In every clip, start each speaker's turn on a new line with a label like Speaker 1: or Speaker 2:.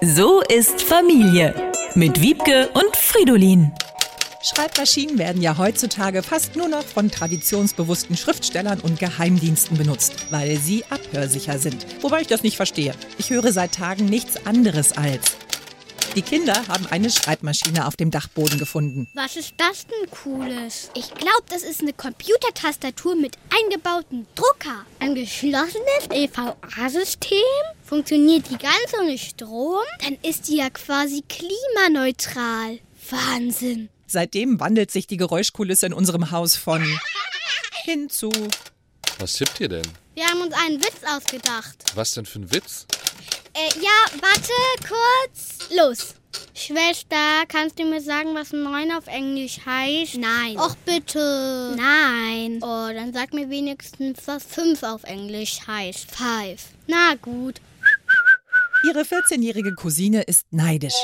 Speaker 1: So ist Familie mit Wiebke und Fridolin.
Speaker 2: Schreibmaschinen werden ja heutzutage fast nur noch von traditionsbewussten Schriftstellern und Geheimdiensten benutzt, weil sie abhörsicher sind. Wobei ich das nicht verstehe. Ich höre seit Tagen nichts anderes als. Die Kinder haben eine Schreibmaschine auf dem Dachboden gefunden.
Speaker 3: Was ist das denn Cooles? Ich glaube, das ist eine Computertastatur mit eingebautem Drucker. Ein geschlossenes EVA-System? Funktioniert die ganz ohne Strom? Dann ist die ja quasi klimaneutral. Wahnsinn.
Speaker 2: Seitdem wandelt sich die Geräuschkulisse in unserem Haus von hinzu.
Speaker 4: Was tippt ihr denn?
Speaker 3: Wir haben uns einen Witz ausgedacht.
Speaker 4: Was denn für ein Witz?
Speaker 3: Äh, ja, warte kurz. Los. Schwester, kannst du mir sagen, was neun auf Englisch heißt? Nein. Och bitte. Nein. Oh, dann sag mir wenigstens, was fünf auf Englisch heißt. Five. Na gut.
Speaker 2: Ihre 14-jährige Cousine ist neidisch.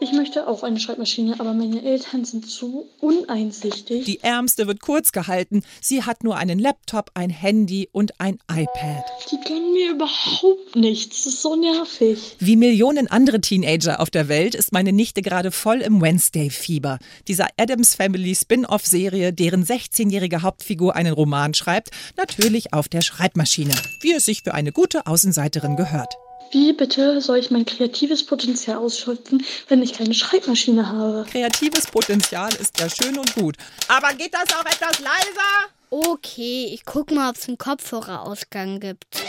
Speaker 5: Ich möchte auch eine Schreibmaschine, aber meine Eltern sind so uneinsichtig.
Speaker 2: Die Ärmste wird kurz gehalten. Sie hat nur einen Laptop, ein Handy und ein iPad.
Speaker 5: Die gönnen mir überhaupt nichts. Das ist so nervig.
Speaker 2: Wie Millionen andere Teenager auf der Welt ist meine Nichte gerade voll im Wednesday-Fieber. Dieser Adams Family Spin-off-Serie, deren 16-jährige Hauptfigur einen Roman schreibt, natürlich auf der Schreibmaschine, wie es sich für eine gute Außenseiterin gehört.
Speaker 5: Wie bitte soll ich mein kreatives Potenzial ausschöpfen, wenn ich keine Schreibmaschine habe?
Speaker 2: Kreatives Potenzial ist ja schön und gut. Aber geht das auch etwas leiser?
Speaker 3: Okay, ich guck mal, ob es einen Kopfhörerausgang gibt.